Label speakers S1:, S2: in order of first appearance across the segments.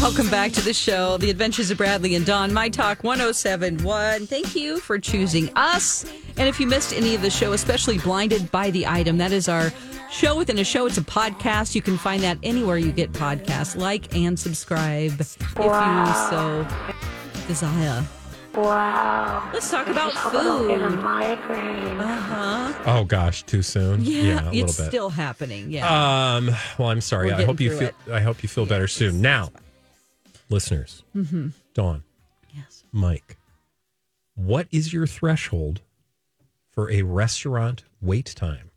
S1: Welcome back to the show, The Adventures of Bradley and Dawn, My Talk 1071. Thank you for choosing us. And if you missed any of the show, especially Blinded by the Item, that is our show within a show. It's a podcast. You can find that anywhere you get podcasts. Like and subscribe if you so desire.
S2: Wow.
S1: Let's talk about
S2: I'll get a
S1: food. Uh-huh.
S2: migraine.
S3: Oh gosh, too soon. a little
S1: it's
S3: bit.
S1: still happening. Yeah.
S3: um. Well, I'm sorry.
S1: We're
S3: I hope
S1: getting
S3: you
S1: through
S3: feel. I hope you feel better soon. Now, listeners, Dawn,
S1: Mm-hmm. yes.
S3: Mike, what is your threshold for a restaurant wait time?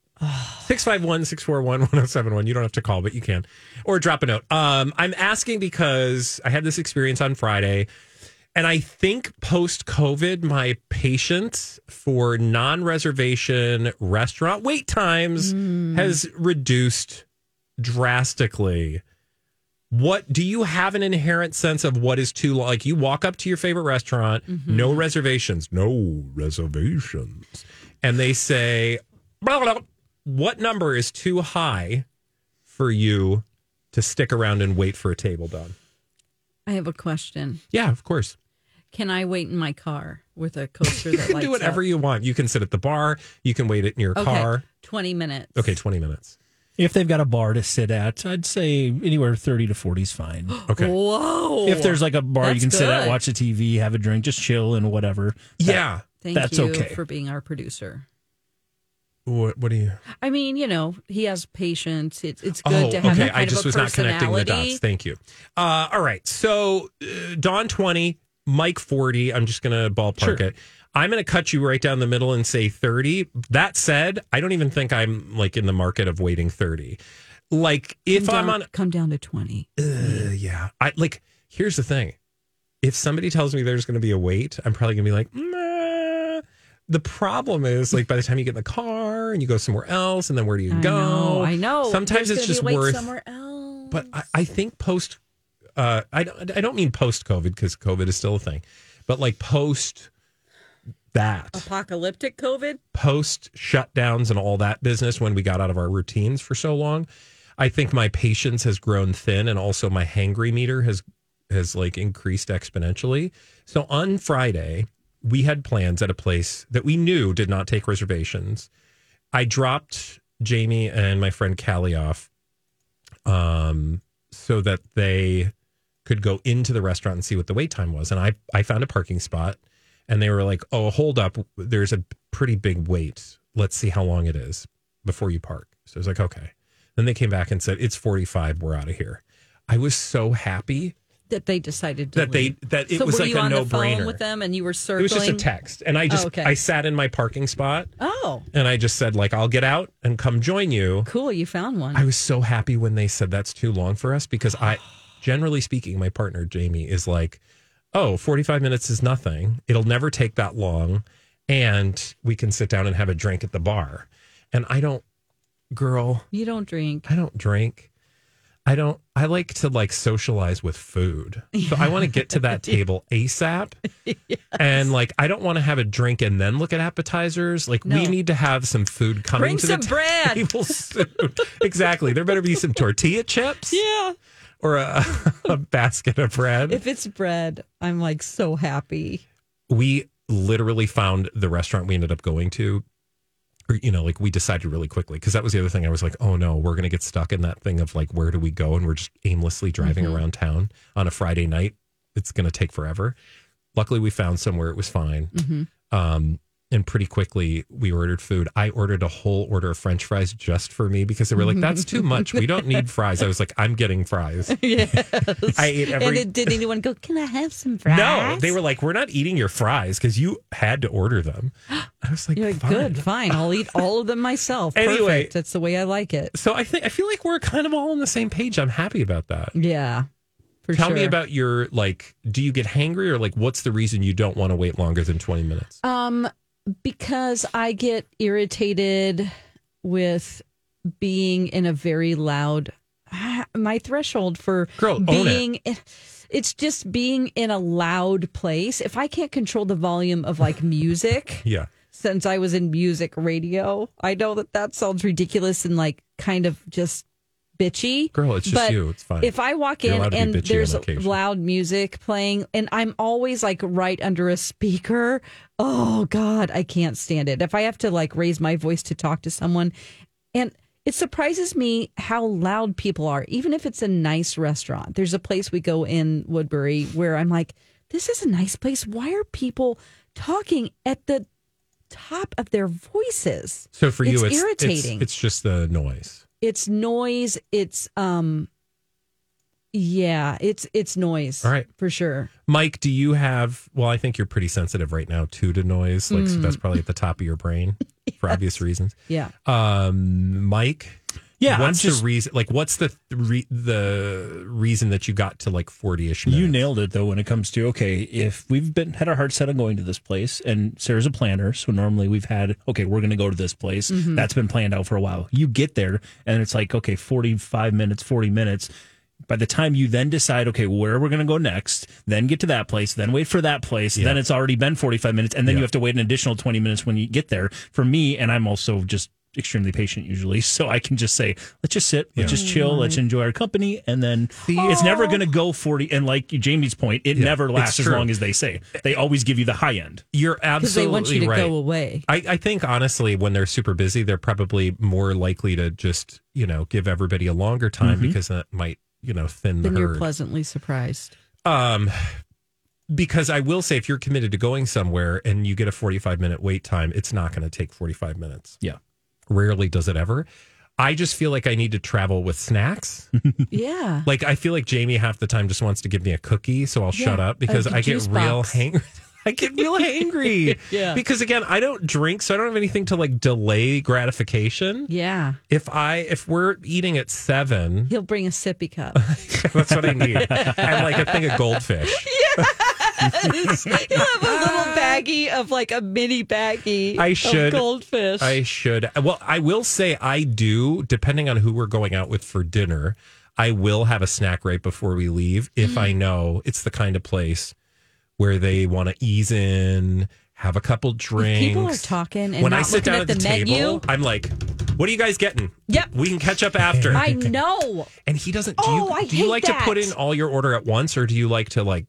S3: 651 641 1071. You don't have to call, but you can. Or drop a note. Um, I'm asking because I had this experience on Friday, and I think post COVID, my patience for non reservation restaurant wait times
S1: Hmm.
S3: has reduced drastically what do you have an inherent sense of what is too long? Like you walk up to your favorite restaurant, no reservations, no reservations, and they say, blah, blah, blah. "What number is too high for you to stick around and wait for a table?" Done.
S1: I have a question.
S3: Yeah, of course.
S1: Can I wait in my car with a coaster
S3: You
S1: that
S3: can
S1: lights
S3: do whatever
S1: up?
S3: you want. You can sit at the bar. You can wait it in your
S1: Okay.
S3: car.
S1: 20 minutes.
S3: Okay, twenty minutes.
S4: If they've got a bar to sit at, I'd say anywhere 30 to 40 is fine.
S3: Okay.
S1: Whoa.
S4: if there's like a bar you
S1: That's
S4: can sit at,
S1: good.
S4: watch a TV, have a drink, just chill and whatever.
S3: yeah.
S1: Thank
S4: That's
S1: you
S4: okay.
S1: for being our producer.
S3: What, what do you?
S1: I mean, you know, he has patience. It's it's good to have that kind
S3: Oh, I just
S1: of a
S3: was not connecting the
S1: personality.
S3: dots. Thank you. Uh, all right. So, uh, Don 20, Mike 40. I'm just going to ballpark
S4: Sure.
S3: it. I'm going to cut you right down the middle and say 30. That said, I don't even think I'm like in the market of waiting 30. Like, if
S1: Come
S3: I'm
S1: down-
S3: on,
S1: come down to twenty.
S3: uh, yeah, I like, here's the thing. If somebody tells me there's going to be a wait, I'm probably going to be like, nah. The problem is, like, by the time you get in the car and you go somewhere else, and then where do you
S1: I
S3: go?
S1: know. I know.
S3: Sometimes
S1: There's gonna be
S3: it's just
S1: a wait
S3: worth
S1: somewhere else.
S3: but I, I think post, uh, I don't, I don't mean post COVID because COVID is still a thing, but like post that,
S1: apocalyptic COVID.
S3: post shutdowns and all that business when we got out of our routines for so long, I think my patience has grown thin and also my hangry meter has has like increased exponentially. So on Friday, we had plans at a place that we knew did not take reservations. I dropped Jamie and my friend Callie off um, so that they could go into the restaurant and see what the wait time was. And I, I found a parking spot and they were like, oh, hold up. There's a pretty big wait. Let's see how long it is before you park. So I was like, okay. Then they came back and said, it's 45. We're out of here. I was so happy
S1: That they decided to
S3: that they
S1: leave.
S3: that it
S1: so
S3: was
S1: were
S3: like
S1: you
S3: a
S1: on
S3: no
S1: the phone
S3: brainer.
S1: with them, and you were circling.
S3: It was just a text, and I just
S1: Oh, okay.
S3: I sat in my parking spot
S1: Oh,
S3: and I just said like I'll get out and come join you.
S1: cool! You found one.
S3: I was so happy when they said that's too long for us because I, generally speaking, my partner Jamie is like, oh, 45 minutes is nothing. It'll never take that long. And we can sit down and have a drink at the bar. And I don't, girl,
S1: you don't drink.
S3: I don't drink. I don't, I like to like socialize with food. So I want to get to that table ASAP. And like, I don't want to have a drink and then look at appetizers. Like, we
S1: No.
S3: need to have some food
S1: Bring
S3: coming to
S1: some
S3: the table
S1: bread.
S3: table soon. exactly. There better be some tortilla chips
S1: Yeah,
S3: or a, a basket of bread.
S1: if it's bread, I'm like so happy.
S3: we literally found the restaurant we ended up going to. Or, you know, like we decided really quickly because that was the other thing. I was like, oh no, we're going to get stuck in that thing of like, where do we go? And we're just aimlessly driving around town on a Friday night. It's going to take forever. Luckily, we found somewhere it was fine. Um, and pretty quickly, we ordered food. I ordered a whole order of French fries just for me because they were like, that's too much. We don't need fries. I was like, I'm getting fries.
S1: Yes.
S3: I ate every.
S1: And it, did anyone go? Can I have some fries?
S3: No, they were like, we're not eating your fries because you had to order them. I was like,
S1: You're like,
S3: "Fine."
S1: good, fine. I'll eat all of them myself.
S3: Anyway.
S1: Perfect. That's the way I like it.
S3: So I think I feel like we're kind of all on the same page. I'm happy about that.
S1: Yeah. Mm, For
S3: Tell
S1: sure.
S3: me about your like. Do you get hangry or like? What's the reason you don't want to wait longer than 20 minutes?
S1: um because I get irritated with being in a very loud my threshold for
S3: Girl, own it.
S1: being it's just being in a loud place. If I can't control the volume of like music,
S3: Yeah,
S1: since I was in music radio. I know that that sounds ridiculous and like kind of just bitchy.
S3: Girl, it's just
S1: but
S3: you. It's fine.
S1: If I walk
S3: You're
S1: in
S3: allowed to be
S1: and
S3: bitchy on
S1: there's
S3: occasion.
S1: loud music playing, and I'm always like right under a speaker, oh God, I can't stand it. If I have to like raise my voice to talk to someone, and it surprises me how loud people are, even if it's a nice restaurant. There's a place we go in Woodbury where I'm like, this is a nice place. Why are people talking at the top of their voices?
S3: So for you,
S1: It's
S3: it's, it's
S1: irritating.
S3: It's, just the noise.
S1: it's noise it's um yeah it's it's noise
S3: All right.
S1: for sure
S3: Mike, do you have? Well, I think you're pretty sensitive right now too to noise. Like
S1: Mm.
S3: so that's probably at the top of your brain for obvious reasons.
S1: yeah
S3: Um, Mike,
S4: Yeah, I'm
S3: what's
S4: just-
S3: the reason? Like, what's the th- re- the reason that you got to like forty ish?
S4: You nailed it though when it comes to okay, if we've been had our heart set on going to this place and Sarah's a planner, so normally we've had okay, we're going to go to this place. That's been planned out for a while. You get there and it's like okay, 45 minutes, 40 minutes. By the time you then decide okay, where we're going to go next, then get to that place, then wait for that place, then it's already been 45 minutes and then you have to wait an additional 20 minutes when you get there. For me and I'm also just extremely patient usually so i can just say let's just sit let's just chill let's enjoy our company and then it's never going to go 40 and like jamie's point it never
S3: it's
S4: lasts as
S3: true.
S4: long as they say they always give you the high end
S3: You're
S1: because they
S3: absolutely
S1: want you to
S3: right.
S1: go away
S3: I, I think honestly, when they're super busy, they're probably more likely to just you know give everybody a longer time because that might you know thin the
S1: then you're
S3: herd.
S1: pleasantly surprised
S3: Um, because I will say, if you're committed to going somewhere and you get a 45 minute wait time, it's not going to take 45 minutes.
S4: yeah
S3: Rarely does it ever. I just feel like I need to travel with snacks.
S1: yeah
S3: like I feel like Jamie half the time just wants to give me a cookie, so I'll
S1: Yeah,
S3: shut up because
S1: a
S3: I get
S1: juice
S3: real
S1: box.
S3: hangry. I get real angry.
S1: Yeah.
S3: Because again, I don't drink, so I don't have anything to like delay gratification.
S1: yeah
S3: If I if we're eating at seven,
S1: he'll bring a sippy cup
S3: that's what I need. and like a thing of goldfish.
S1: he'll have a little baggie of like a mini baggie
S3: "Ah." I
S1: of
S3: should-
S1: goldfish
S3: I should. Well, I will say I do, depending on who we're going out with for dinner, I will have a snack right before we leave if I
S1: Mm-hmm.
S3: know it's the kind of place where they want to ease in, have a couple drinks.
S1: people are talking and
S3: when
S1: not
S3: I sit
S1: looking
S3: down
S1: at
S3: at
S1: the
S3: the,
S1: menu.
S3: table, I'm like, what are you guys getting?
S1: Yep.
S3: We can catch up after.
S1: I know
S3: and he doesn't do
S1: Oh,
S3: you,
S1: I
S3: do you
S1: hate
S3: like to put
S1: that.
S3: in all your order at once or do you like to like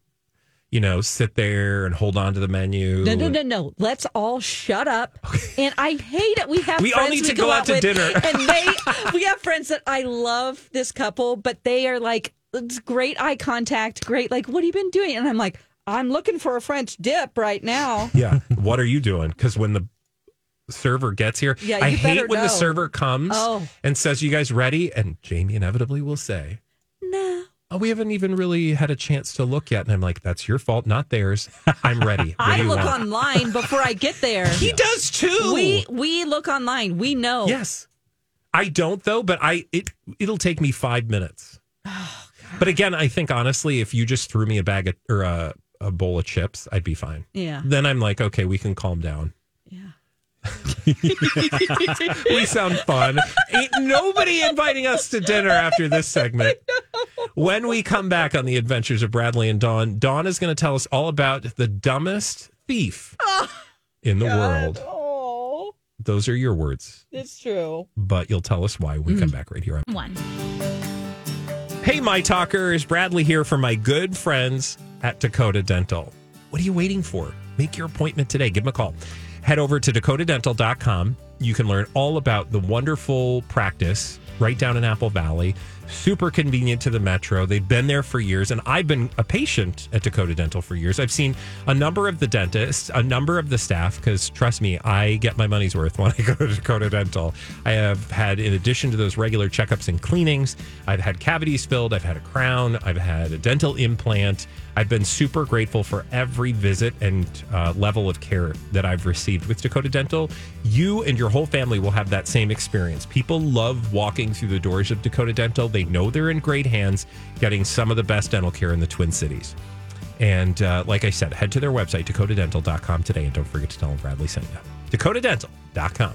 S3: you know, sit there and hold on to the menu.
S1: No, no, no, no. Let's all shut up. And I hate it. We have
S3: We all
S1: friends
S3: need
S1: we
S3: to go out to
S1: with,
S3: dinner.
S1: and they we have friends that I love this couple, but they are like it's great eye contact, great like what have you been doing? And I'm like, I'm looking for a French dip right now.
S3: Yeah. what are you doing? Because when the server gets here,
S1: Yeah,
S3: I
S1: you better
S3: hate when the
S1: know.
S3: server comes
S1: Oh.
S3: and says, You guys ready? And Jamie inevitably will say,
S1: No.
S3: Oh, we haven't even really had a chance to look yet. And I'm like, That's your fault, not theirs. I'm ready. What
S1: I
S3: do you
S1: look
S3: want?
S1: online before I get there.
S3: He does too.
S1: we we look online. We know.
S3: Yes. I don't though, but I it it'll take me five minutes.
S1: Oh,
S3: but again, I think honestly, if you just threw me a bag of, or a, a bowl of chips, I'd be fine.
S1: Yeah.
S3: Then I'm like, okay, we can calm down.
S1: Yeah.
S3: we sound fun. Ain't nobody inviting us to dinner after this segment. When we come back on the adventures of Bradley and Dawn, Dawn is going to tell us all about the dumbest thief in the world.
S1: Oh,
S3: Those are your words,
S1: it's true.
S3: but you'll tell us why when we come back right here. on-
S5: One.
S3: Hey, my talkers, Bradley here for my good friends at Dakota Dental. What are you waiting for? Make your appointment today. Give them a call. Head over to dakotadental.com. You can learn all about the wonderful practice right down in Apple Valley. Super convenient to the metro. They've been there for years, and I've been a patient at Dakota Dental for years. I've seen a number of the dentists, a number of the staff, because trust me, I get my money's worth when I go to Dakota Dental. I have had, in addition to those regular checkups and cleanings, I've had cavities filled, I've had a crown, I've had a dental implant. I've been super grateful for every visit and uh, level of care that I've received with Dakota Dental. You and your whole family will have that same experience. People love walking through the doors of Dakota Dental. They know they're in great hands, getting some of the best dental care in the Twin Cities. And uh, like I said, head to their website, dakotadental.com today. And don't forget to tell them Bradley sent you. Dakotadental.com.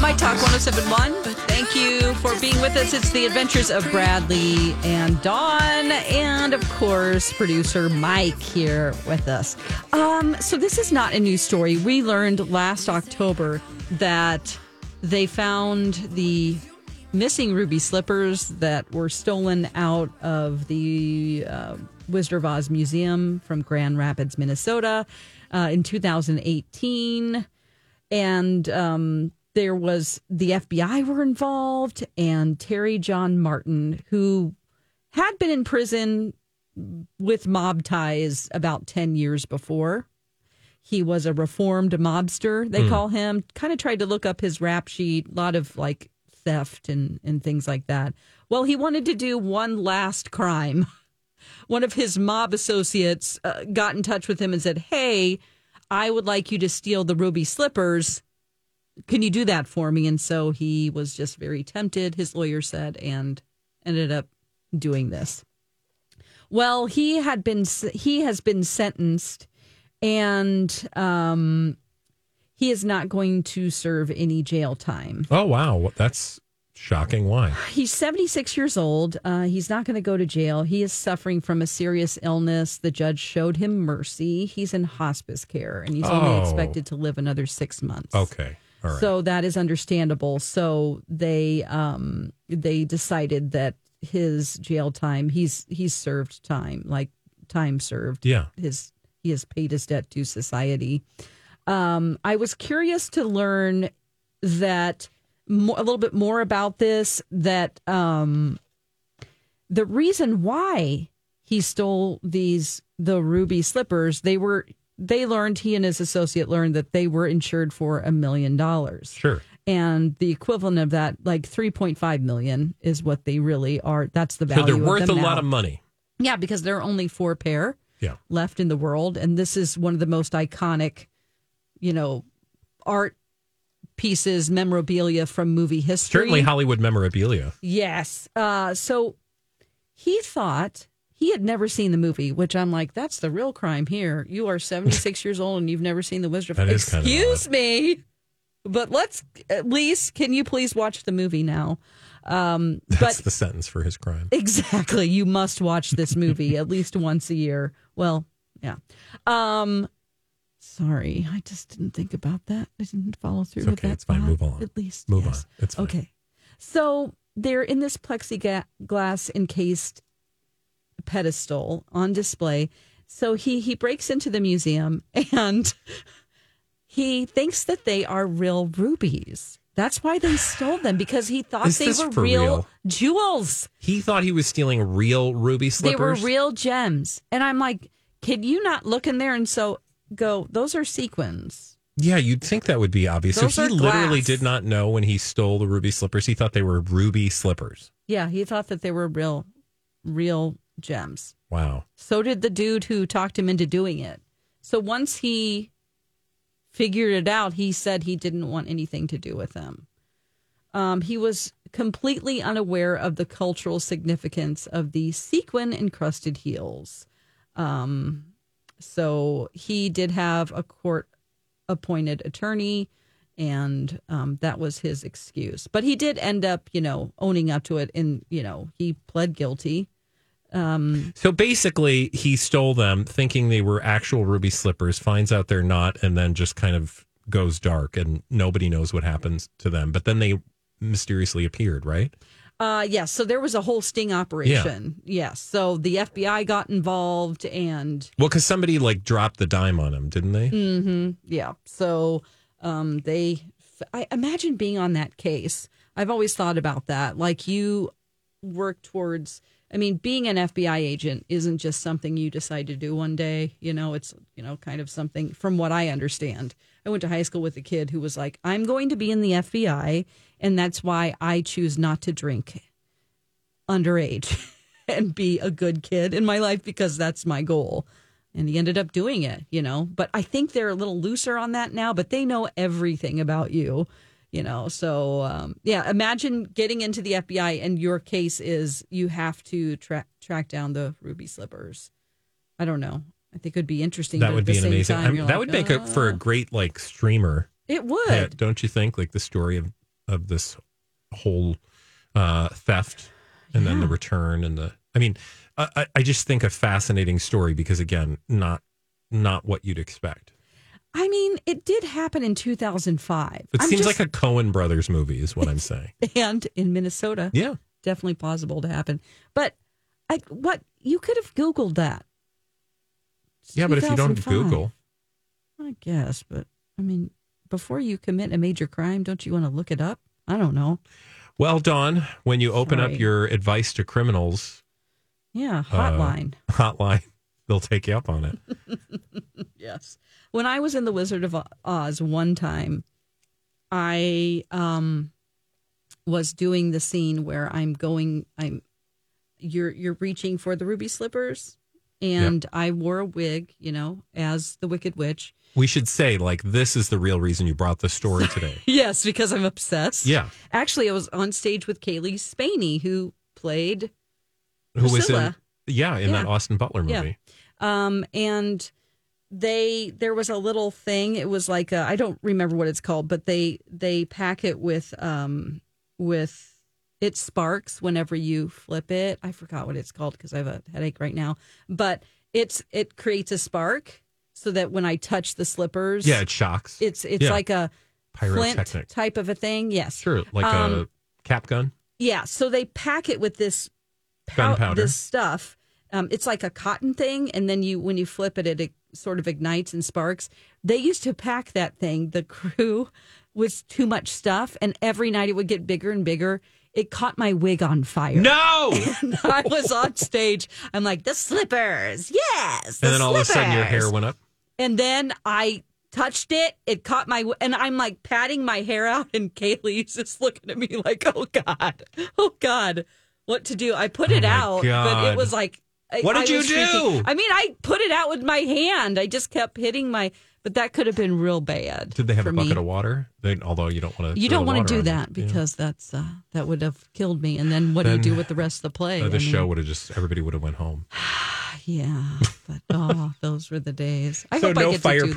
S1: My Talk 1071. Thank you for being with us. It's the adventures of Bradley and Dawn, and of course, producer Mike here with us. Um, so, this is not a new story. We learned last October that they found the missing ruby slippers that were stolen out of the uh, Wizard of Oz Museum from Grand Rapids, Minnesota uh, in 2018 and um, there was the FBI were involved, and Terry John Martin, who had been in prison with mob ties about 10 years before. He was a reformed mobster, they call him. Kind of tried to look up his rap sheet, a lot of like theft and, and things like that. Well, he wanted to do one last crime one of his mob associates uh, got in touch with him and said, "Hey, I would like you to steal the ruby slippers. Can you do that for me?" And so he was just very tempted, his lawyer said, and ended up doing this. Well, he had been he has been sentenced and um he is not going to serve any jail time
S3: Oh, wow. That's shocking. Why?
S1: he's 76 years old. Uh, he's not going to go to jail. He is suffering from a serious illness. The judge showed him mercy. He's in hospice care and he's only
S3: Oh.
S1: expected to live another six months.
S3: Okay. All right.
S1: So that is understandable. So they um, they decided that his jail time he's he's served time like time served
S3: yeah.
S1: his he has paid his debt to society. Um, I was curious to learn that mo- a little bit more about this. That um, the reason why he stole these the ruby slippers they were they learned he and his associate learned that they were insured for a million dollars
S3: Sure.
S1: and the equivalent of that like 3.5 million is what they really are that's the value
S3: So they're
S1: of
S3: worth a
S1: them now.
S3: lot of money.
S1: Yeah, because there are only four pair
S3: Yeah.
S1: left in the world, and this is one of the most iconic, you know, art pieces, memorabilia from movie history.
S3: Certainly Hollywood memorabilia.
S1: yes. Uh, so he thought he had never seen the movie, which I'm like, that's the real crime here. You are 76 years old and you've never seen the Wizard of
S3: That is kind of
S1: Excuse me, but let's at least can you please watch the movie now? Um, but
S3: That's the sentence for his crime.
S1: Exactly. You must watch this movie at least once a year. Well, yeah. Um sorry, I just didn't think about that. I didn't follow through
S3: It's
S1: with
S3: okay.
S1: that.
S3: It's fine.
S1: thought.
S3: Move on.
S1: At least
S3: Move
S1: yes.
S3: on. It's fine.
S1: Okay. So they're in this plexiglass encased pedestal on display. So he he breaks into the museum and he thinks that they are real rubies. That's why they stole them because he thought
S3: Is
S1: they
S3: this
S1: were
S3: for real?
S1: jewels
S3: He thought he was stealing real ruby slippers.
S1: they were real gems and i'm like could you not look in there and so go those are sequins
S3: Yeah, you'd think that would be obvious.
S1: Those
S3: so
S1: are
S3: he literally
S1: glass.
S3: did not know when he stole the ruby slippers. He thought they were ruby slippers.
S1: yeah he thought that they were real real gems
S3: Wow.
S1: so did the dude who talked him into doing it so once he figured it out he said he didn't want anything to do with them um, he was completely unaware of the cultural significance of the sequin encrusted heels Um, so he did have a court appointed attorney, and um, that was his excuse. But he did end up, you know, owning up to it, and you know, he pled guilty.
S3: So basically, he stole them thinking they were actual ruby slippers, finds out they're not, and then just kind of goes dark and nobody knows what happens to them. But then they mysteriously appeared, right?
S1: Uh, yes. So there was a whole sting operation. Yes. So the FBI got involved and
S3: Well, because somebody like dropped the dime on them, didn't
S1: Mm,
S3: they?
S1: mm-hmm, yeah. So um, they, I imagine being on that case. I've always thought about that. Like you work towards, I mean, being an FBI agent isn't just something you decide to do one day. You know, it's, you know, kind of something from what I understand. I went to high school with a kid who was like, I'm going to be in the FBI, and that's why I choose not to drink underage and be a good kid in my life because that's my goal. And he ended up doing it, you know. But I think they're a little looser on that now, but they know everything about you, you know. So, um, yeah, imagine getting into the FBI and your case is you have to tra- track down the ruby slippers. I don't know. I think it would be interesting. but
S3: That
S1: at
S3: would
S1: the
S3: be an
S1: same
S3: amazing.
S1: time,
S3: I'm-
S1: you're
S3: that
S1: like,
S3: would make
S1: "Uh."
S3: a, for a great like streamer,
S1: It would.
S3: Yeah, don't you think? Like the story of of this whole uh, theft and then the return and the. I mean, I, I- I just think a fascinating story because again, not not what you'd expect.
S1: I mean, it did happen in 2005.
S3: It
S1: I'm
S3: seems
S1: just-
S3: like a Cohen Brothers movie, is what I'm saying.
S1: and in Minnesota.
S3: yeah.
S1: definitely plausible to happen. But I, what you could have Googled that. It's
S3: Yeah, but if you don't
S1: 2005.
S3: Google,
S1: I guess. But I mean, before you commit a major crime, don't you want to look it up? I don't know.
S3: well, Dawn, when you open
S1: Sorry.
S3: up your advice to criminals
S1: Yeah,
S3: uh,
S1: hotline.
S3: hotline, they'll take you up on it.
S1: Yes. When I was in the Wizard of Oz one time, I um was doing the scene where I'm going I'm you're you're reaching for the ruby slippers and I wore a wig, you know, as the wicked witch.
S3: We should say like this is the real reason you brought the story today.
S1: Yes, because I'm obsessed.
S3: Yeah.
S1: Actually, I was on stage with Kaylee Spaney who played
S3: Who was in?
S1: Priscilla.
S3: Yeah, in that
S1: Yeah.
S3: Austin Butler movie.
S1: Yeah. um, and they there was a little thing it was like I i don't remember what it's called but they they pack it with um with it sparks whenever you flip it i forgot what it's called because i have a headache right now but it's it creates a spark so that when i touch the slippers
S3: Yeah, it shocks.
S1: it's it's
S3: yeah.
S1: like a flint
S3: Pyrotechnic.
S1: type of a thing yes
S3: Sure, like a
S1: Um,
S3: cap gun.
S1: yeah, so they pack it with this pow-
S3: Gunpowder.
S1: this stuff. Um, it's like a cotton thing, and then you when you flip it, it, it sort of ignites and sparks. They used to pack that thing. The crew was too much stuff, and every night it would get bigger and bigger. It caught my wig on fire.
S3: No.
S1: And I was on stage. I'm like the slippers, yes. the
S3: and then all of a sudden your hair
S1: slippers."
S3: went up.
S1: And then I touched it. It caught my, and I'm like patting my hair out, and Kaylee's just looking at me like, "Oh God, oh God, what to do?" I put it
S3: Oh, my
S1: out, but it
S3: God.
S1: was like, I-
S3: What did
S1: I
S3: you
S1: was
S3: do?
S1: shrieking. I mean, I put it out with my hand. I just kept hitting my, but that could have been real bad.
S3: Did they have
S1: for
S3: a bucket
S1: me.
S3: of water? They, although you don't want to.
S1: You don't
S3: want to
S1: do that because that's uh, that would have killed me. And then what
S3: Then-
S1: do you do with the rest of the play?
S3: the
S1: I mean,
S3: show would have just everybody would have went home.
S1: Yeah, but oh, those were the days. I
S3: so
S1: hope I
S3: no
S1: get to do
S3: fire
S1: that again.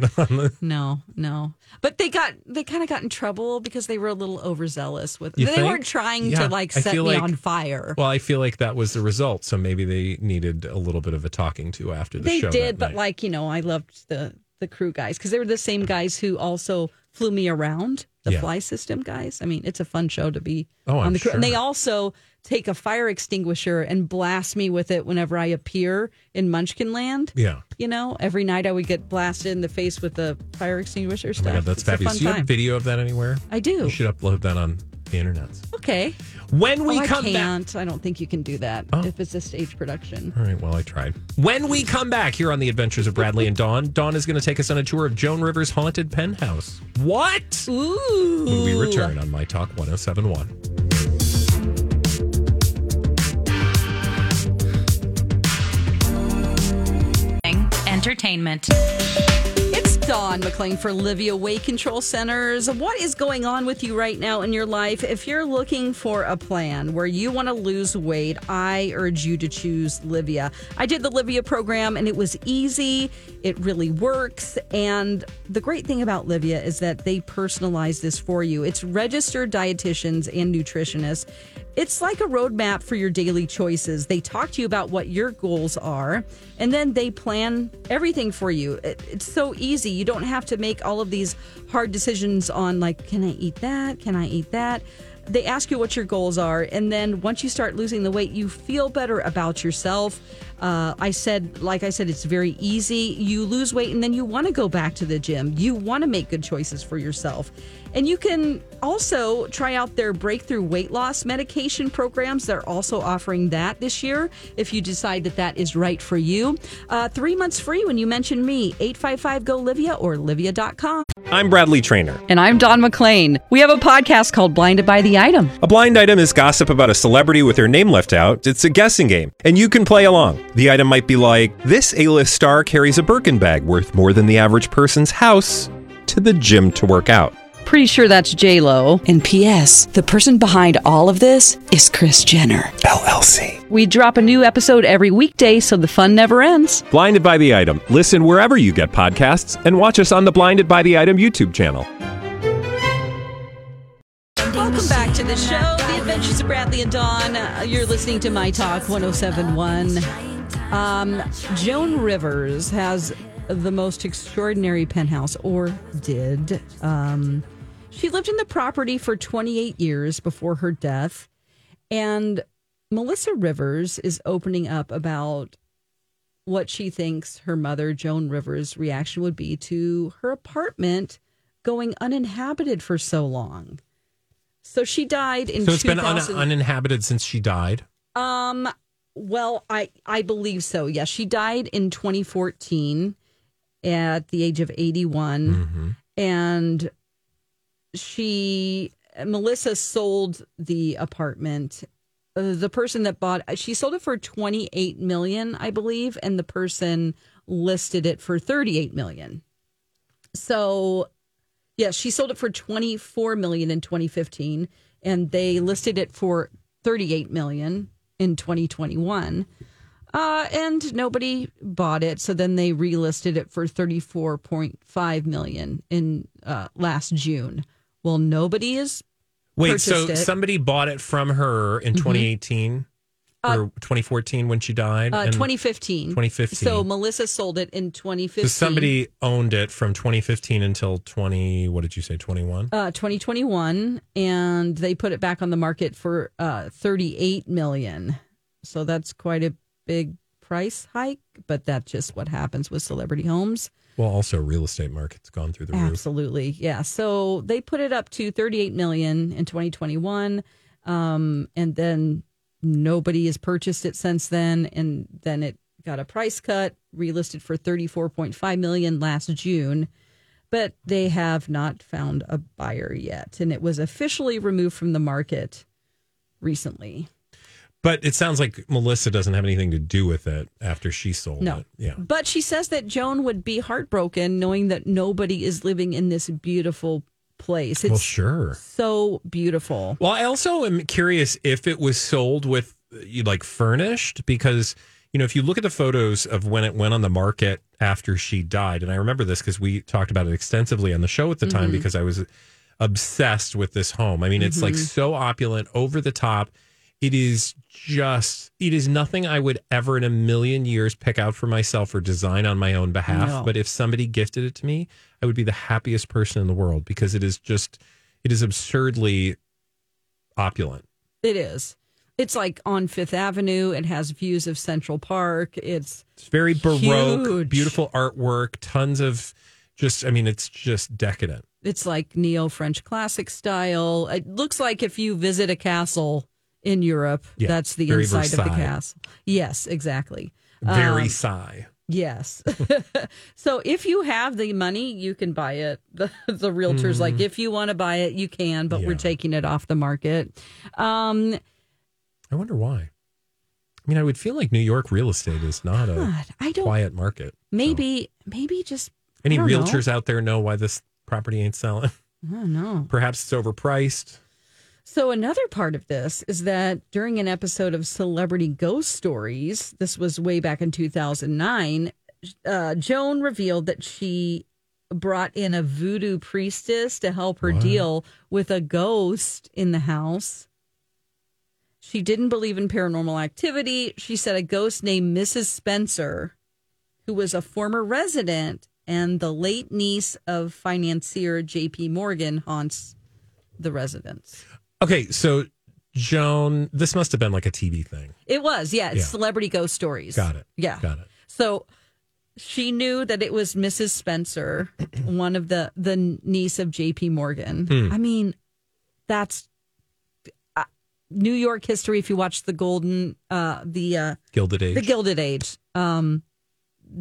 S3: protection. on the-
S1: No, no. But they got they kind of got in trouble because they were a little overzealous with.
S3: You
S1: they
S3: think?
S1: weren't trying
S3: Yeah,
S1: to like
S3: I
S1: set me
S3: feel like-
S1: on fire.
S3: well, I feel like that was the result. So maybe they needed a little bit of a talking to after the
S1: they
S3: show.
S1: did,
S3: that
S1: but
S3: night.
S1: like you know, I loved the the crew guys because they were the same guys who also flew me around the
S3: Yeah.
S1: fly system guys. I mean, it's a fun show to be
S3: Oh,
S1: on
S3: I'm
S1: the crew, and
S3: sure.
S1: they also take a fire extinguisher and blast me with it whenever I appear in Munchkinland.
S3: yeah. Oh
S1: You know, every night I would get blasted in the face with the fire extinguisher
S3: Oh
S1: stuff.
S3: my god, that's
S1: It's a
S3: fabulous.
S1: fun
S3: Do you
S1: time.
S3: have video of that anywhere?
S1: I do.
S3: You should upload that on the internet.
S1: Okay.
S3: When we
S1: oh,
S3: come
S1: I
S3: back. Oh.
S1: can't. I don't think you can do that if it's a stage production.
S3: All right, well, I tried. When we come back here on The Adventures of Bradley and Dawn, Dawn is going to take us on a tour of Joan Rivers' haunted penthouse. What?
S1: Ooh.
S3: When we return on My Talk 1071.
S6: Entertainment.
S1: It's Dawn McLean for Livia Way Control Centers. What is going on with you right now in your life? If you're looking for a plan where you want to lose weight, I urge you to choose Livia. I did the Livia program and it was easy. It really works. And the great thing about Livia is that they personalize this for you. It's registered dietitians and nutritionists. It's like a roadmap for your daily choices. They talk to you about what your goals are, and then they plan everything for you. It- It's so easy. You You don't have to make all of these hard decisions on, like, can I eat that? Can I eat that? They ask you what your goals are. And then once you start losing the weight, you feel better about yourself. Uh, I said, like I said, it's very easy. You lose weight and then you want to go back to the gym. You want to make good choices for yourself. And you can also try out their breakthrough weight loss medication programs. They're also offering that this year if you decide that that is right for you. Uh, three months free when you mention me, 855 GO Livia or Livia.com.
S3: I'm Bradley Trainer.
S1: And I'm Don McClain. We have a podcast called Blinded by the Item.
S3: A blind item is gossip about a celebrity with their name left out. It's a guessing game, and you can play along. The item might be like this A list star carries a Birkin bag worth more than the average person's house to the gym to work out.
S1: Pretty sure that's J Lo. And P.S. The person behind all of this is Chris Jenner.
S3: LLC.
S1: We drop a new episode every weekday, so the fun never ends.
S3: Blinded by the Item. Listen wherever you get podcasts and watch us on the Blinded by the Item YouTube channel.
S1: Welcome back to the show, The Adventures of Bradley and Dawn. Uh, You're listening to My Talk 1071. Um, Joan Rivers has the most extraordinary penthouse, or did. Um, she lived in the property for 28 years before her death. And Melissa Rivers is opening up about what she thinks her mother, Joan Rivers' reaction would be to her apartment going uninhabited for so long. So she died in
S3: So it's been
S1: 2000
S3: uninhabited since she died.
S1: um well, I I believe so. Yes, she died in 2014 at the age of 81 and she Melissa sold the apartment. Uh, the person that bought she sold it for 28 million, I believe, and the person listed it for 38 million. So, yeah, she sold it for 24 million in 2015 and they listed it for 38 million in 2021. Uh, and nobody bought it, so then they relisted it for 34.5 million in uh, last June. Well, nobody is
S3: Wait,
S1: Purchased
S3: so
S1: it. Mm-hmm.
S3: somebody bought it from her in 2018 or 2014 when she died?
S1: uh,
S3: and
S1: 2015.
S3: 2015.
S1: So Melissa sold it in 2015.
S3: So somebody owned it from 2015 until 20. What did you say? 21.
S1: uh, 2021 and they put it back on the market for uh, 38 million so that's quite a big price hike but that's just what happens with celebrity homes
S3: Well, also real estate market's gone through the roof.
S1: absolutely yeah so they put it up to 38 million in 2021 um, and then nobody has purchased it since then and then it got a price cut relisted for 34.5 million last june but they have not found a buyer yet and it was officially removed from the market recently
S3: But it sounds like Melissa doesn't have anything to do with it after she sold
S1: No.
S3: it. Yeah.
S1: but she says that joan would be heartbroken knowing that nobody is living in this beautiful place it's
S3: well, sure.
S1: so beautiful
S3: Well, I also am curious if it was sold with you like furnished because you know if you look at the photos of when it went on the market after she died, and I remember this because we talked about it extensively on the show at the time because I was obsessed with this home. I mean, it's like so opulent, over the top. It is just it is nothing I would ever in a million years pick out for myself or design on my own behalf.
S1: No.
S3: But if somebody gifted it to me, I would be the happiest person in the world because it is just it is absurdly opulent.
S1: It is. It's like on Fifth Avenue. It has views of Central Park. It's
S3: It's very baroque,
S1: Huge.
S3: beautiful artwork, tons of just I mean it's just decadent.
S1: it's like neo French classic style. It looks like if you visit a castle in Europe,
S3: Yeah,
S1: that's the
S3: very
S1: inside of the
S3: Versailles.
S1: castle. Yes, exactly.
S3: Very
S1: Um,
S3: sigh.
S1: Yes. so if you have the money, you can buy it. The, the realtor's like, if you want to buy it, you can, but we're
S3: Mm-hmm. Yeah.
S1: taking it off the market. Um,
S3: I wonder why. I mean, I would feel like New York real estate is not a
S1: God, I don't.
S3: quiet market. so.
S1: Maybe, maybe just I
S3: any
S1: don't know.
S3: realtors out there know why this property ain't selling?
S1: I don't know.
S3: Perhaps it's overpriced.
S1: So, another part of this is that during an episode of Celebrity Ghost Stories, this was way back in 2009, uh, Joan revealed that she brought in a voodoo priestess to help her
S3: Wow.
S1: deal with a ghost in the house. She didn't believe in paranormal activity. She said a ghost named Mrs. Spencer, who was a former resident and the late niece of financier J.P. Morgan haunts the residence.
S3: Okay, so Joan, this must have been like a TV thing.
S1: It was, yeah, it's
S3: Yeah.
S1: celebrity ghost stories.
S3: Got it.
S1: Yeah.
S3: Got it.
S1: So she knew that it was Mrs. Spencer, one of the the niece of J.P. Morgan.
S3: Hmm.
S1: I mean, that's uh, New York history. If you watch the Golden, uh, the uh,
S3: Gilded Age.
S1: the Gilded Age, um,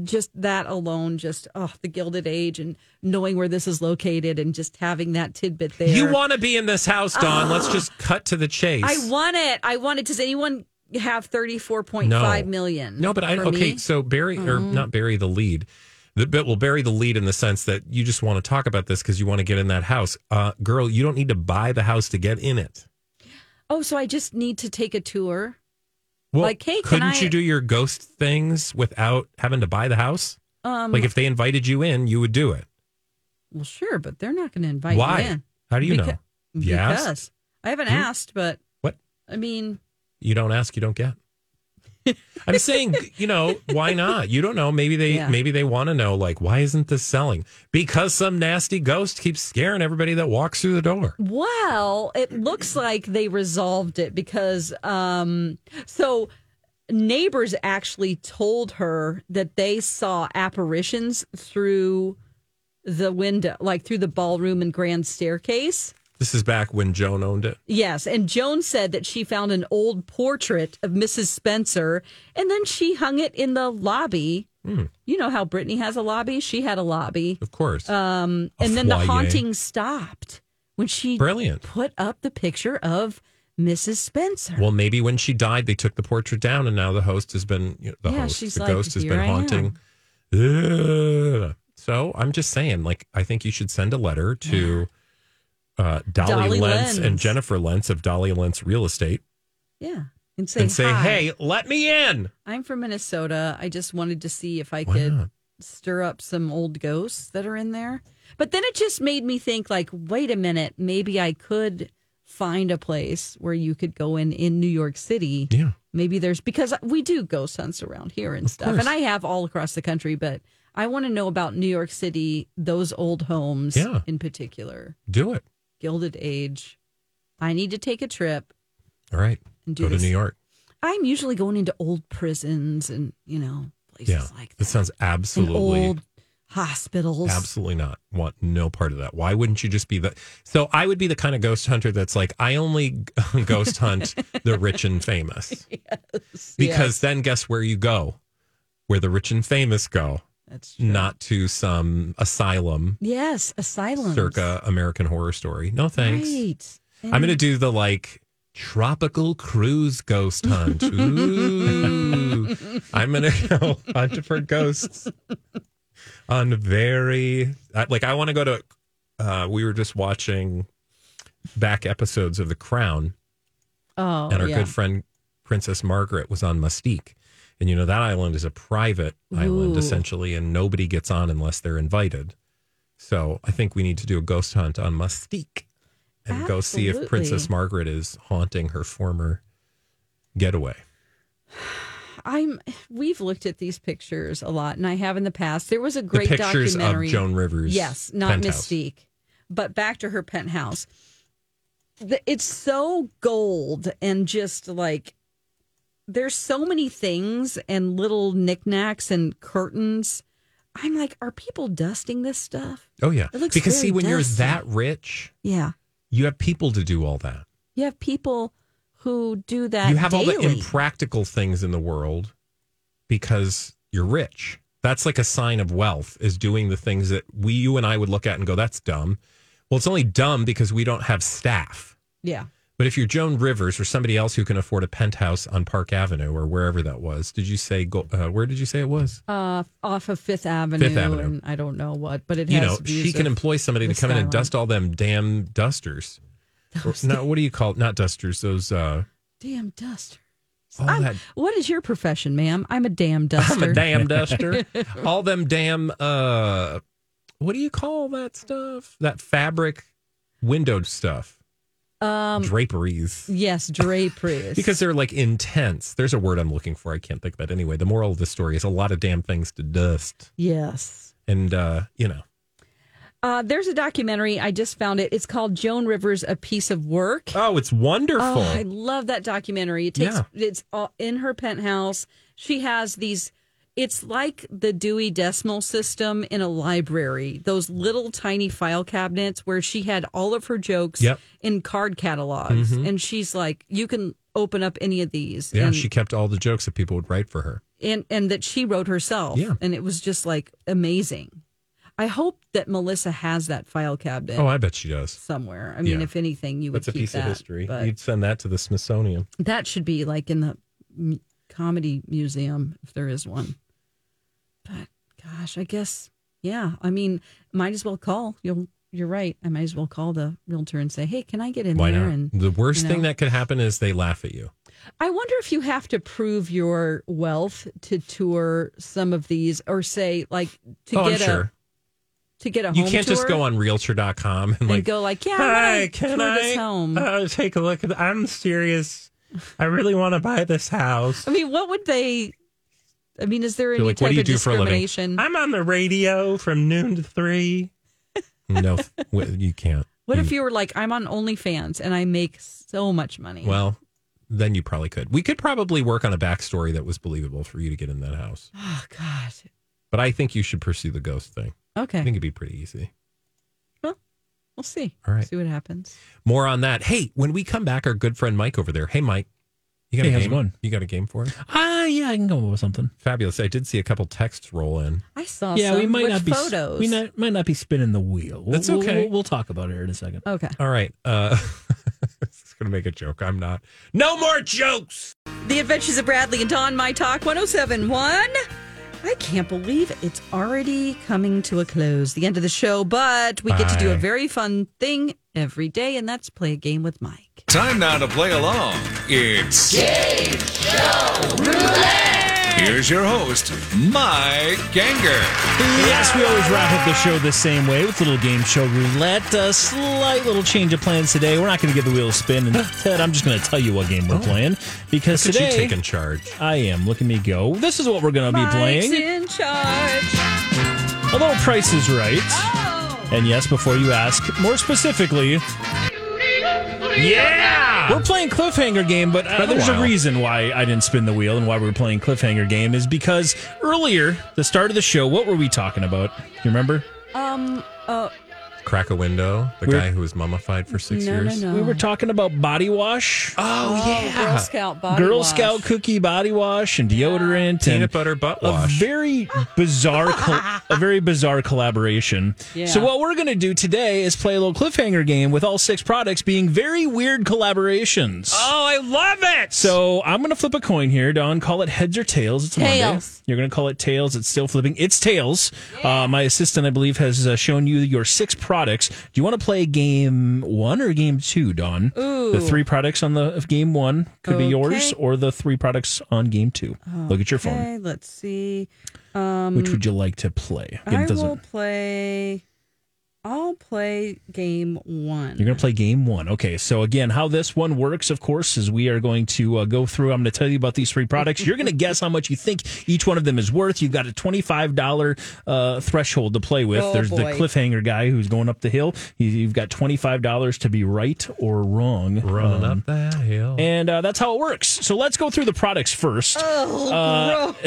S1: just that alone, just oh, the Gilded Age, and knowing where this is located, and just having that tidbit there.
S3: you want to be in this house, Don. Let's just cut to the chase.
S1: Ah. I want it. I want it. Does anyone have thirty four point five million?
S3: No, but I
S1: for
S3: okay.
S1: me? Mm-hmm.
S3: So bury or not bury the lead. The bit will bury the lead in the sense that you just want to talk about this because you want to get in that house, uh, girl. You don't need to buy the house to get in it.
S1: oh, so I just need to take a tour.
S3: Well,
S1: Like, hey, can
S3: couldn't
S1: I-
S3: you do your ghost things without having to buy the house?
S1: Um,
S3: like if they invited you in, you would do it.
S1: well, sure, but they're not going to invite
S3: Why?
S1: me in.
S3: How do you
S1: Beca-
S3: know? You asked?
S1: Because I haven't
S3: Hmm?
S1: asked, but
S3: What?
S1: I mean,
S3: You don't ask, you don't get. I'm saying, you know, why not? You don't know. Maybe they
S1: Yeah.
S3: maybe they want to know like why isn't this selling? Because some nasty ghost keeps scaring everybody that walks through the door.
S1: well, it looks like they resolved it because um, so neighbors actually told her that they saw apparitions through the window, like through the ballroom and grand staircase.
S3: This is back when Joan owned it.
S1: Yes, and Joan said that she found an old portrait of Mrs. Spencer, and then she hung it in the lobby. You know how Brittany has a lobby; she had a lobby,
S3: Of course.
S1: Uh,
S3: Um
S1: and then the haunting stopped when she
S3: Brilliant.
S1: put up the picture of Mrs. Spencer.
S3: Well, maybe when she died, they took the portrait down, and now the host has been you know, the
S1: Yeah,
S3: host,
S1: she's
S3: the
S1: like,
S3: ghost has
S1: "Here
S3: been
S1: I
S3: haunting. Ugh. So I'm just saying, like, I think you should send a letter to uh, Dolly,
S1: Dolly
S3: Lentz, and
S1: Lentz.
S3: Jennifer Lentz of Dolly Lentz Real Estate,
S1: yeah, and say,
S3: and say,
S1: "Hi,
S3: "Hey, let me in."
S1: I'm from Minnesota. I just wanted to see if I
S3: Why
S1: could
S3: not?
S1: stir up some old ghosts that are in there. But then it just made me think like, wait a minute, maybe I could find a place where you could go in in New York City.
S3: Yeah.
S1: Maybe there's because we do ghost hunts around here and stuff.
S3: course.
S1: And I have all across the country, but I want to know about New York City, those old homes
S3: Yeah.
S1: in particular,
S3: Do it.
S1: Gilded Age. I need to take a trip.
S3: All right.
S1: And do
S3: Go to
S1: this.
S3: New York.
S1: I'm usually going into old prisons and, you know, places
S3: Yeah.
S1: like that.
S3: That sounds
S1: and
S3: absolutely
S1: old hospitals.
S3: Absolutely not. Want no part of that. Why wouldn't you just be the? So I would be the kind of ghost hunter that's like, I only ghost hunt the rich and famous. Because then guess where you go? Where the rich and famous go,
S1: That's true.
S3: not to some asylum
S1: Yes, asylum.
S3: circa American Horror Story. No thanks.
S1: Right.
S3: I'm going to do the like tropical cruise ghost hunt. Ooh. I'm going to go hunt for ghosts on very, I- like, I want to go to, uh, we were just watching back episodes of The Crown,
S1: Oh,
S3: and our
S1: yeah.
S3: good friend Princess Margaret was on Mustique. And you know, that island is a private island
S1: Ooh.
S3: essentially, and nobody gets on unless they're invited. So I think we need to do a ghost hunt on Mustique and go see if Princess
S1: Absolutely.
S3: Margaret is haunting her former getaway.
S1: I'm. We've looked at these pictures a lot, and I have in the past. There was a great
S3: the pictures of
S1: documentary.
S3: Joan Rivers.
S1: yes, not
S3: penthouse.
S1: Mystique, but back to her penthouse. The, it's so gold and just like there's so many things and little knickknacks and curtains. I'm like, are people dusting this stuff?
S3: Oh yeah.
S1: It looks
S3: because see
S1: very
S3: when you're
S1: dusty.
S3: that rich,
S1: Yeah.
S3: you have people to do all that.
S1: You have people who do that.
S3: you have
S1: daily.
S3: all the impractical things in the world because you're rich. That's like a sign of wealth is doing the things that we you and I would look at and go that's dumb. Well, it's only dumb because we don't have staff.
S1: yeah.
S3: But if you're Joan Rivers or somebody else who can afford a penthouse on Park Avenue or wherever that was, did you say go, uh, where did you say it was?
S1: uh, off of Fifth Avenue.
S3: Fifth Avenue.
S1: And I don't know what, but it
S3: you know,
S1: has. views
S3: she can
S1: of-
S3: employ somebody to
S1: the
S3: come in and
S1: skyline.
S3: dust all them damn dusters. Or, no, what do you call it? Not dusters. Those uh,
S1: damn duster.
S3: all
S1: I'm-
S3: that.
S1: What is your profession, ma'am? I'm a damn duster.
S3: I'm a damn duster. all them damn. Uh, what do you call that stuff? That fabric, window stuff,
S1: Um,
S3: draperies.
S1: yes, draperies.
S3: Because they're like intense. There's a word I'm looking for. I can't think of it anyway. The moral of the story is a lot of damn things to dust.
S1: yes,
S3: and uh, you know,
S1: Uh, there's a documentary. I just found it. It's called Joan Rivers, A Piece of Work.
S3: oh, it's wonderful.
S1: Oh, I love that documentary. It takes it's all in her penthouse. She has these. It's like the Dewey Decimal System in a library. Those little tiny file cabinets where she had all of her jokes
S3: Yep. Mm-hmm.
S1: in card catalogs, and she's like, you can open up any of these.
S3: yeah,
S1: and,
S3: she kept all the jokes that people would write for her.
S1: and and that she wrote herself.
S3: Yeah.
S1: and it was just like amazing. I hope that Melissa has that file cabinet
S3: Oh, I bet she does.
S1: somewhere. I mean,
S3: Yeah.
S1: if anything, you would
S3: That's a
S1: Uh, keep
S3: piece
S1: that,
S3: of history.
S1: but-
S3: You'd send that to the Smithsonian.
S1: that should be like in the m- comedy museum if there is one. But gosh, I guess yeah. I mean, might as well call. You'll you're right. I might as well call the realtor and say, "Hey, can I get in
S3: Why
S1: there?"
S3: not?
S1: And
S3: the worst
S1: you
S3: thing
S1: know.
S3: that could happen is they laugh at you.
S1: I wonder if you have to prove your wealth to tour some of these, or say like to
S3: oh, I'm
S1: get a
S3: sure.
S1: to get a
S3: You
S1: home
S3: can't just
S1: tour
S3: go on Realtor.com and
S1: and
S3: like
S1: go like, "Yeah, I
S6: Hi,
S1: wanna
S6: can
S1: tour
S6: I
S1: this home."
S6: Uh, take a look at the, I'm serious. I really want to buy this house.
S1: I mean, what would they? I mean, is there
S3: You're
S1: any
S3: like,
S1: type
S3: "What do you
S1: of
S3: do for a living?"
S1: discrimination?
S6: I'm on the radio from noon to three.
S3: no, w- you can't.
S1: What if you were like, I'm on OnlyFans and I make so much money?
S3: Well, then you probably could. We could probably work on a backstory that was believable for you to get in that house.
S1: oh God.
S3: But I think you should pursue the ghost thing. I think
S1: Okay,
S3: it'd be pretty easy.
S1: we'll see.
S3: All right.
S1: see what happens.
S3: More on that. Hey, when we come back, our good friend Mike over there. Hey, Mike, you got
S4: Hey,
S3: a
S4: how's it
S3: game?
S4: going?
S3: You got a game for us?
S4: Ah, yeah, I can come up with something.
S3: Fabulous. I did see a couple texts roll in.
S1: I saw.
S4: yeah,
S1: some.
S4: we might
S1: Which
S4: not be
S1: photos.
S4: we not, might not be spinning the wheel. We'll-
S3: That's
S4: we'll-
S3: okay.
S4: We'll, we'll talk about it here in a second.
S1: Okay.
S3: All right. Uh, it's going to make a joke. I'm not. No more jokes.
S1: The Adventures of Bradley and Dawn, My Talk 1071. I can't believe it's already coming to a close, the end of the show, but we get to do a
S3: Bye.
S1: very fun thing every day, and that's play a game with Mike.
S7: Time now to play along. It's Game Show Roulette. Here's your host, Mike Ganger.
S4: Yes, we always wrap up the show the same way with a little game show roulette. A slight little change of plans today. We're not going to give the wheel a spin. And Ted, I'm just going to tell you what game we're playing because
S3: Could Oh. you
S4: today
S3: take in charge?
S4: I am. Look at me go. This is what we're going to be
S1: Mike's
S4: playing.
S1: in charge.
S4: A little Price is Right.
S1: Oh,
S4: And yes, before you ask, more specifically,
S3: Yeah.
S4: we're playing cliffhanger game. But uh,
S3: Been a
S4: there's a
S3: while.
S4: reason why I didn't spin the wheel and why we're playing cliffhanger game is because earlier, the start of the show, what were we talking about? You remember?
S1: um, uh,
S3: Crack a window. The
S4: We're-
S3: guy who was mummified for six
S1: no, no,
S3: years.
S1: no.
S4: We were talking about body wash.
S3: Oh, yeah.
S1: Girl Scout body
S4: Ah, Girl
S1: wash.
S4: Scout cookie body wash and deodorant
S3: Peanut
S4: and
S3: butter butt
S4: a
S3: wash.
S4: very bizarre, col- a very bizarre collaboration.
S1: Yeah.
S4: So what we're going to do today is play a little cliffhanger game with all six products being very weird collaborations.
S6: Oh, I love it.
S4: So I'm going to flip a coin here, Don. Call it heads or tails. It's a
S1: Tails.
S4: Monday. You're going to call it tails. It's still flipping. It's tails. Uh, my assistant, I believe, has uh, shown you your six products. Do you want to play game one or game two, Don?
S1: Ooh.
S4: The three products on the of game one could be
S1: Okay.
S4: yours, or the three products on game two. Look at your phone.
S1: Okay, let's see.
S4: Which would you like to play? Again,
S1: Mm. I
S4: it doesn't-
S1: will play. I'll play game one.
S4: You're going to play game one. Okay. So, again, how this one works, of course, is we are going to uh, go through. I'm going to tell you about these three products. You're going to guess how much you think each one of them is worth. You've got a $25 uh, threshold to play with.
S1: Oh,
S4: There's the
S1: boy.
S4: cliffhanger guy who's going up the hill. You- You've got $25 to be right or wrong.
S3: Running
S4: Um,
S3: up that hill.
S4: And uh, that's how it works. So, let's go through the products first. Uh,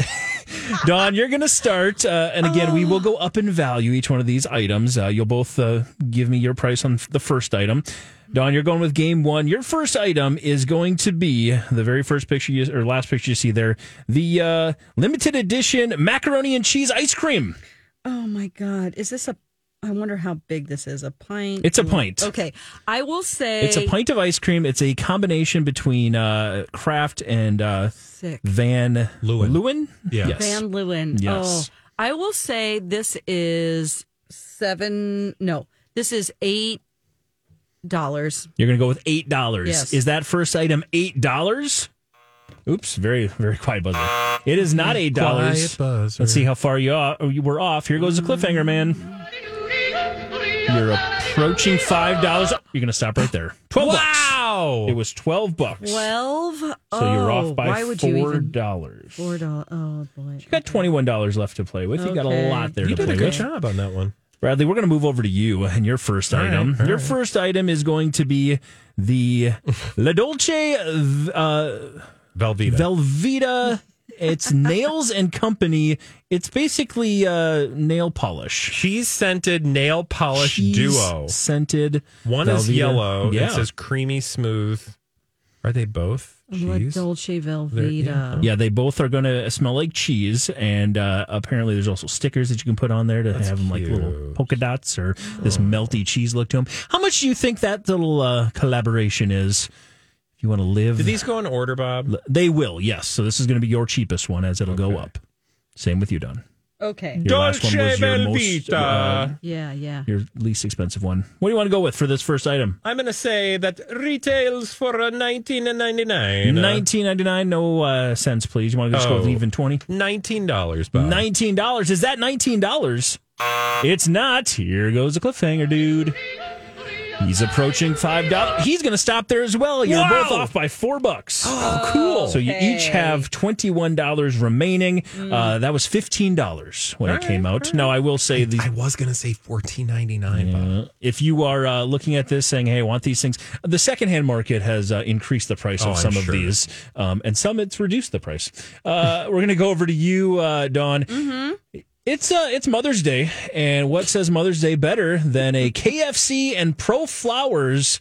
S4: Don, you're going to start. Uh, and again, we will go up in value each one of these items. Uh, you'll both uh, give me your price on f- the first item. Don, you're going with game one. Your first item is going to be the very first picture you, or last picture you see there the uh, limited edition macaroni and cheese ice cream.
S1: oh my god, is this a? I wonder how big this is. A pint.
S4: It's a pint.
S1: Okay, I will say
S4: It's a pint of ice cream. It's a combination between uh, Kraft and uh,
S1: Sick.
S4: Van
S3: Leeuwen.
S4: Leeuwen?
S3: Yeah.
S4: Yes.
S1: Van Leeuwen.
S4: Yes.
S1: Oh, I will say this is seven. No, this is eight dollars.
S4: You're going to go with eight dollars.
S1: Yes.
S4: Is that first item eight dollars? Oops, very very quiet buzzer. It is not eight dollars.
S3: Quiet buzzer.
S4: Let's see how far you are. You were off. Here goes the cliffhanger, man. You're a approaching five dollars. You're gonna stop right there. Twelve bucks.
S3: Wow.
S4: It was twelve bucks.
S1: Twelve.
S4: so you're
S1: Oh,
S4: off by
S1: why would you
S4: four
S1: even-
S4: dollars.
S1: Four dollars. Oh boy.
S4: You got twenty one dollars left to play with. You got
S1: Okay.
S4: a lot there
S3: you
S4: to
S3: did
S4: play
S3: a good
S4: with.
S3: job on that one.
S4: Bradley, we're going to move over to you and your first
S3: right,
S4: item.
S3: all
S4: your
S3: right.
S4: first item is going to be the La Dolce uh,
S3: Velveeta.
S4: Velveeta. It's Nails and Company. It's basically uh, nail polish.
S3: Cheese scented nail polish duo.
S4: Scented.
S3: One is
S4: Velveeta.
S3: yellow.
S4: Yeah.
S3: It says creamy smooth. Are they both
S1: La
S3: cheese?
S1: Dolce
S3: They're-
S1: Velveeta.
S3: yeah.
S4: Yeah, they both are going to smell like cheese, and uh, apparently there's also stickers that you can put on there to have them like little
S3: cute. Oh.
S4: polka dots or this melty cheese look to them. How much do you think that little uh, collaboration is? If you want to live,
S3: Did these go in order, Bob?
S4: they will. Yes, so this is going to be your cheapest one as it'll go up. Same with you, Don.
S1: Okay.
S4: Your last one
S3: Dolce
S4: was your most,
S3: Velveeta.
S4: uh,
S1: Yeah. Yeah.
S4: your least expensive one. What do you want to go with for this first item?
S3: I'm going to say that retails for uh, 19.99.
S4: Nineteen ninety nine, no uh, cents, please. You want to just go with
S3: uh, Oh.
S4: an even twenty?
S3: Nineteen dollars, Bob.
S4: Nineteen dollars. Is that nineteen dollars? It's not. Here goes a cliffhanger, dude. He's approaching five dollars. He's going to stop there as well. You're
S3: Wow.
S4: both off by four bucks. Oh, cool. So you each
S1: Okay.
S4: have twenty one dollars remaining. Uh, that was fifteen dollars when it came out. Now I will say these
S3: I was going to say fourteen ninety nine, Bob.
S4: Uh, if you are uh, looking at this saying, hey, I want these things, the secondhand market has uh, increased the price
S3: Oh,
S4: of
S3: I'm
S4: some of
S3: sure.
S4: these, um, and some it's reduced the price. Uh, we're going to go over to you, uh, Dawn. It's uh, it's Mother's Day, and what says Mother's Day better than a KFC and Pro Flowers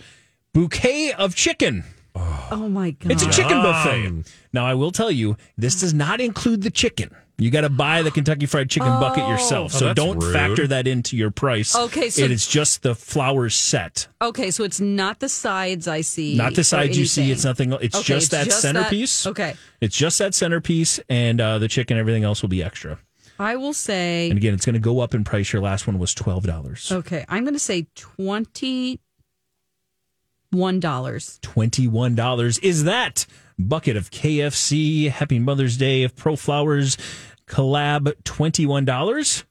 S4: bouquet of chicken?
S1: Oh my god.
S4: It's a chicken
S3: Yum.
S4: buffet. Now, I will tell you, this does not include the chicken. You got to buy the Kentucky Fried Chicken bucket yourself.
S3: Oh,
S4: So
S3: that's
S4: don't
S3: rude.
S4: factor that into your price.
S1: Okay, so-
S4: it is just the flour set,
S1: okay. So it's not the sides I see.
S4: not the
S1: or
S4: sides you see.
S1: E- anything.
S4: It's nothing. It's
S1: Okay,
S4: just
S1: it's
S4: that
S1: just that-
S4: centerpiece.
S1: okay.
S4: It's just that centerpiece, and uh, the chicken, everything else will be extra.
S1: I will say.
S4: And again, it's going to go up in price. Your last one was twelve dollars,
S1: Okay. I'm going to say twenty-one dollars.
S4: twenty one dollars. Is that bucket of KFC? Happy Mother's Day of Pro Flowers collab. Twenty one dollars.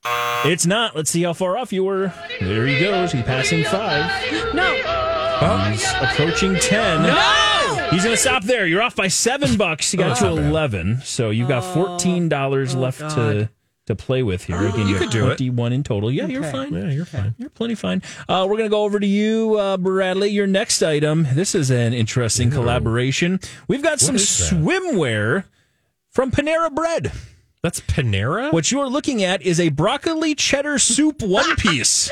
S4: It's not. Let's see how far off you were. There he goes. He passing five.
S1: No.
S4: He's approaching ten.
S1: No.
S4: He's going to stop there. You're off by seven bucks. You got to eleven, so you've
S1: Oh.
S4: got fourteen dollars left to to play with here. Again, you, could
S3: do it.
S4: Twenty-one in total. Yeah, you're
S1: Okay.
S4: fine.
S3: Yeah, you're fine.
S4: You're plenty fine. Uh, we're going to go over to you, uh, Bradley. Your next item. This is an interesting collaboration. We've got some
S3: is that?
S4: swimwear from Panera Bread.
S3: That's Panera.
S4: What you're looking at is a broccoli cheddar soup one piece.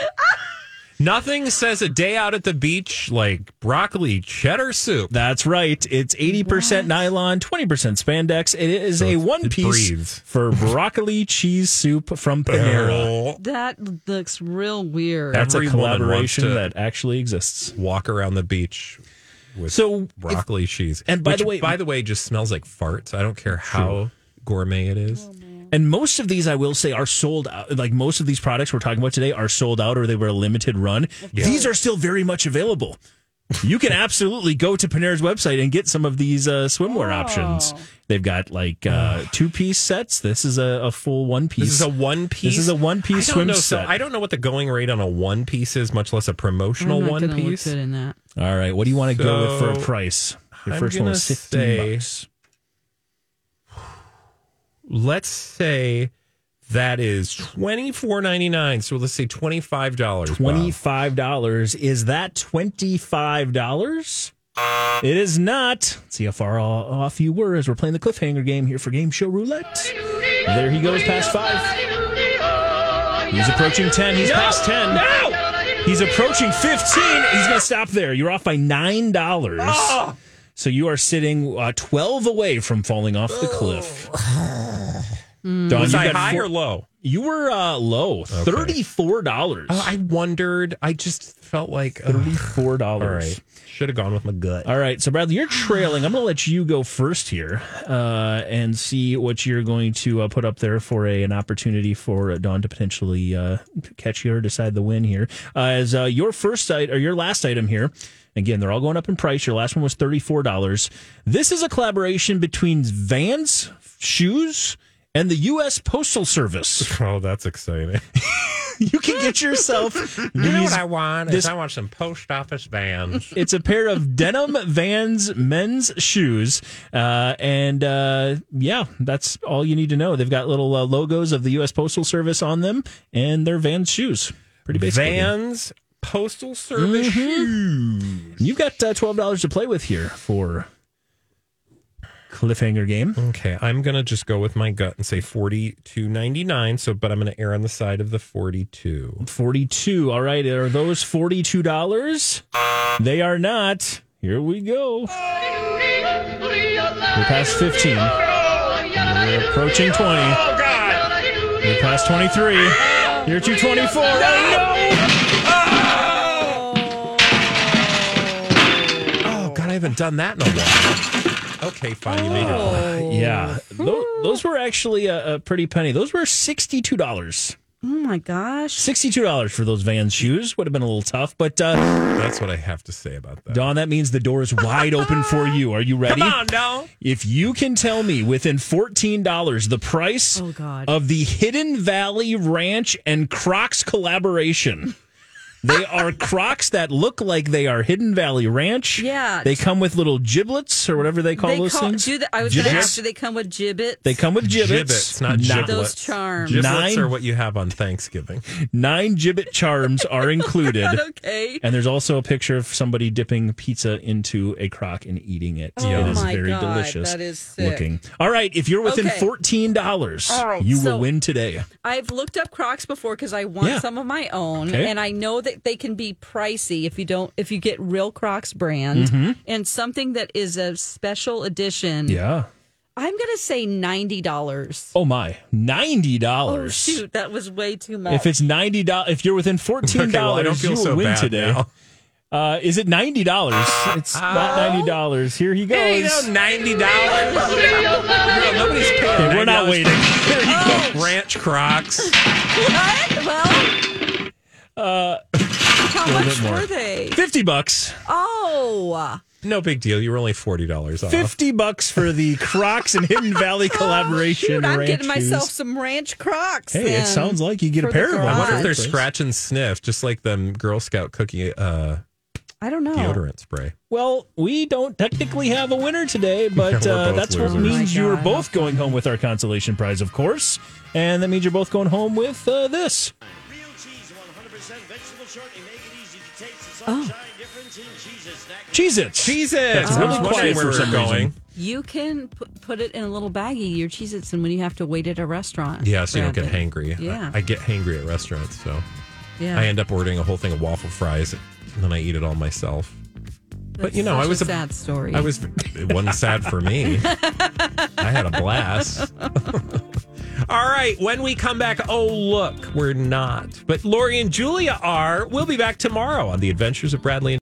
S3: Nothing says a day out at the beach like broccoli cheddar soup.
S4: That's right. It's 80% nylon, 20% spandex. It is a
S3: it's-
S4: one
S3: it
S4: piece
S3: breathes.
S4: for broccoli cheese soup from Panera.
S1: That looks real weird.
S4: That's a
S3: Every woman wants
S4: collaboration
S3: to-
S4: that actually exists.
S3: Walk around the beach with
S4: So, if-
S3: broccoli cheese.
S4: and by
S3: Which,
S4: the way-
S3: by the way, just smells like farts. I don't care how gourmet it is.
S4: And most of these, I will say, are sold out. Like most of these products we're talking about today are sold out or they were a limited run. These are still very much available. You can absolutely go to Panera's website and get some of these uh, swimwear options. They've got like uh, two piece sets. This is a, a full one piece.
S3: This is a one piece.
S4: This is a one piece
S3: I don't
S4: swim
S3: know,
S4: set.
S3: So I don't know what the going rate on a one piece is, much less a
S1: I'm
S3: promotional
S1: not
S3: one
S1: gonna Mm, look
S3: piece.
S1: good in that.
S4: All right. What do you want to go with for a
S3: So,
S4: price? Your
S3: I'm
S4: first one
S3: gonna
S4: was 15
S3: say-
S4: bucks.
S3: Let's say that is twenty four ninety nine. So let's say twenty five dollars.
S4: $25. Is that $25? It is not. Let's see how far o- off you were as we're playing the cliffhanger game here for Game Show Roulette. There he goes past five. He's approaching 10. He's past 10. No! He's approaching 15. He's going to stop there. You're off by $9.
S3: Ah!
S4: So you are sitting uh, 12 away from falling off the cliff. Don,
S3: Was
S4: you've
S3: I
S4: got
S3: high
S4: four-
S3: or low?
S4: you were uh, low, thirty-four dollars.
S3: Uh, I wondered. I just felt like ugh.
S4: Thirty-four
S3: all
S4: dollars.
S3: right. Should have gone with my gut.
S4: All right, so Bradley, you're trailing. I'm going to let you go first here uh, and see what you're going to uh, put up there for a, an opportunity for uh, Dawn to potentially uh, catch you or decide the win here. Uh, as uh, your first item or your last item here, again, they're all going up in price. Your last one was $34. This is a collaboration between Vans shoes and the U.S. Postal Service.
S3: Oh, that's exciting.
S4: You can get yourself
S3: You know
S4: these-
S3: what I want?
S4: this-
S3: is I want some post office vans.
S4: It's a pair of denim Vans men's shoes, uh, and uh, yeah, that's all you need to know. They've got little uh, logos of the U.S. Postal Service on them, and they're Vans shoes. Pretty basic. looking.
S3: Vans Postal Service shoes.
S4: You've got uh, twelve dollars to play with here for cliffhanger game.
S3: Okay, I'm gonna just go with my gut and say forty two ninety nine. So, but I'm gonna err on the side of the forty two.
S4: Forty-two. All right, are those forty-two dollars? They are not. Here we go. We're past fifteen. We're approaching twenty.
S3: Oh God!
S4: We're past twenty-three. You're two twenty-four. Oh, no!
S3: Oh God! I haven't done that in a while. Okay, fine. You made it.
S4: Oh. Yeah, those,
S1: Hmm.
S4: those were actually a, a pretty penny. Those were sixty-two dollars.
S1: Oh my gosh.
S4: Sixty-two dollars for those Vans shoes would have been a little tough, but uh,
S3: That's what I have to say about that.
S4: Don, that means the door is wide open for you. Are you ready?
S3: Don.
S4: If you can tell me within fourteen dollars the price
S1: Oh, God.
S4: of the Hidden Valley Ranch and Crocs collaboration. They are Crocs that look like they are Hidden Valley Ranch.
S1: Yeah.
S4: They come with little giblets or whatever they call
S1: They
S4: those
S1: call,
S4: things.
S1: do the, I was going to
S4: Giblets?
S1: ask, do they come with gibbets?
S4: They come with giblets.
S3: Gibbets, not giblets.
S1: Those charms.
S3: Giblets
S4: Nine-
S3: are what you have on Thanksgiving.
S4: Nine gibbet charms are included.
S1: okay.
S4: And there's also a picture of somebody dipping pizza into a crock and eating it.
S1: Oh
S4: it is
S1: my
S4: very
S1: God,
S4: delicious
S1: that is sick.
S4: looking. All right, if you're within
S1: Okay.
S4: fourteen dollars, you
S1: so-
S4: will win today.
S1: I've looked up Crocs before because I want
S4: Yeah.
S1: some of my own,
S4: Okay.
S1: and I know that they can be pricey if you don't if you get real Crocs brand and something that is a special edition.
S4: Mm-hmm. Yeah.
S1: I'm gonna say ninety dollars.
S4: Oh my, ninety
S1: Oh
S4: dollars.
S1: shoot, that was way too much.
S4: if it's ninety dollars, if you're within fourteen dollars,
S3: Okay, well, I don't
S4: you
S3: feel
S4: will
S3: so
S4: win
S3: bad
S4: today.
S3: now. Ah.
S4: Uh, is it ninety dollars? It's not ninety dollars. Here he goes.
S3: ninety dollars. Nobody's paying.
S4: Okay, we're not
S3: $90
S4: waiting. There you go.
S3: Ranch Crocs.
S1: what? Well, how
S4: Uh, little
S1: much
S4: bit more.
S1: were they?
S4: Fifty bucks.
S1: Oh,
S3: No big deal. You were only forty dollars off.
S4: 50 bucks for the Crocs and Hidden Valley collaboration.
S1: Uh-huh. Oh, shoot! I'm
S4: ranch
S1: getting myself
S4: shoes.
S1: some Ranch Crocs.
S4: Hey,
S1: then.
S4: it sounds like you get a
S1: for the
S4: pair of them.
S1: garage.
S3: I wonder if
S1: they're
S3: there's scratch and sniff, just like them Girl Scout cookie uh,
S1: I
S4: Oh.
S1: don't know.
S3: deodorant spray.
S4: Well, we don't technically have a winner today, but
S3: We're
S4: uh,
S3: both
S4: that's what
S3: losers.
S4: means
S1: Oh my
S4: you are
S1: God.
S4: both going home with our consolation prize, of course. And that means you're both going home with uh, this.
S1: Oh.
S4: Cheez Its.
S3: Cheez Its.
S4: That's
S3: I
S4: really
S3: was wondering where
S4: quiet for
S3: we were
S4: some
S3: going.
S4: reason.
S1: You can pu- put it in a little baggie, your Cheez Its, and when you have to wait at a restaurant.
S3: Yeah, so you don't get
S1: grab it.
S3: hangry. I-
S1: Yeah.
S3: I, get hangry at restaurants, so
S1: Yeah.
S3: I end up ordering a whole thing of waffle fries and then I eat it all myself. but you know,
S1: Such
S3: I was
S1: a
S3: a-
S1: sad story.
S3: I was it wasn't sad for me. I had a blast. All right, when we come back, oh look, we're not. But Lori and Julia are. We'll be back tomorrow on the Adventures of Bradley and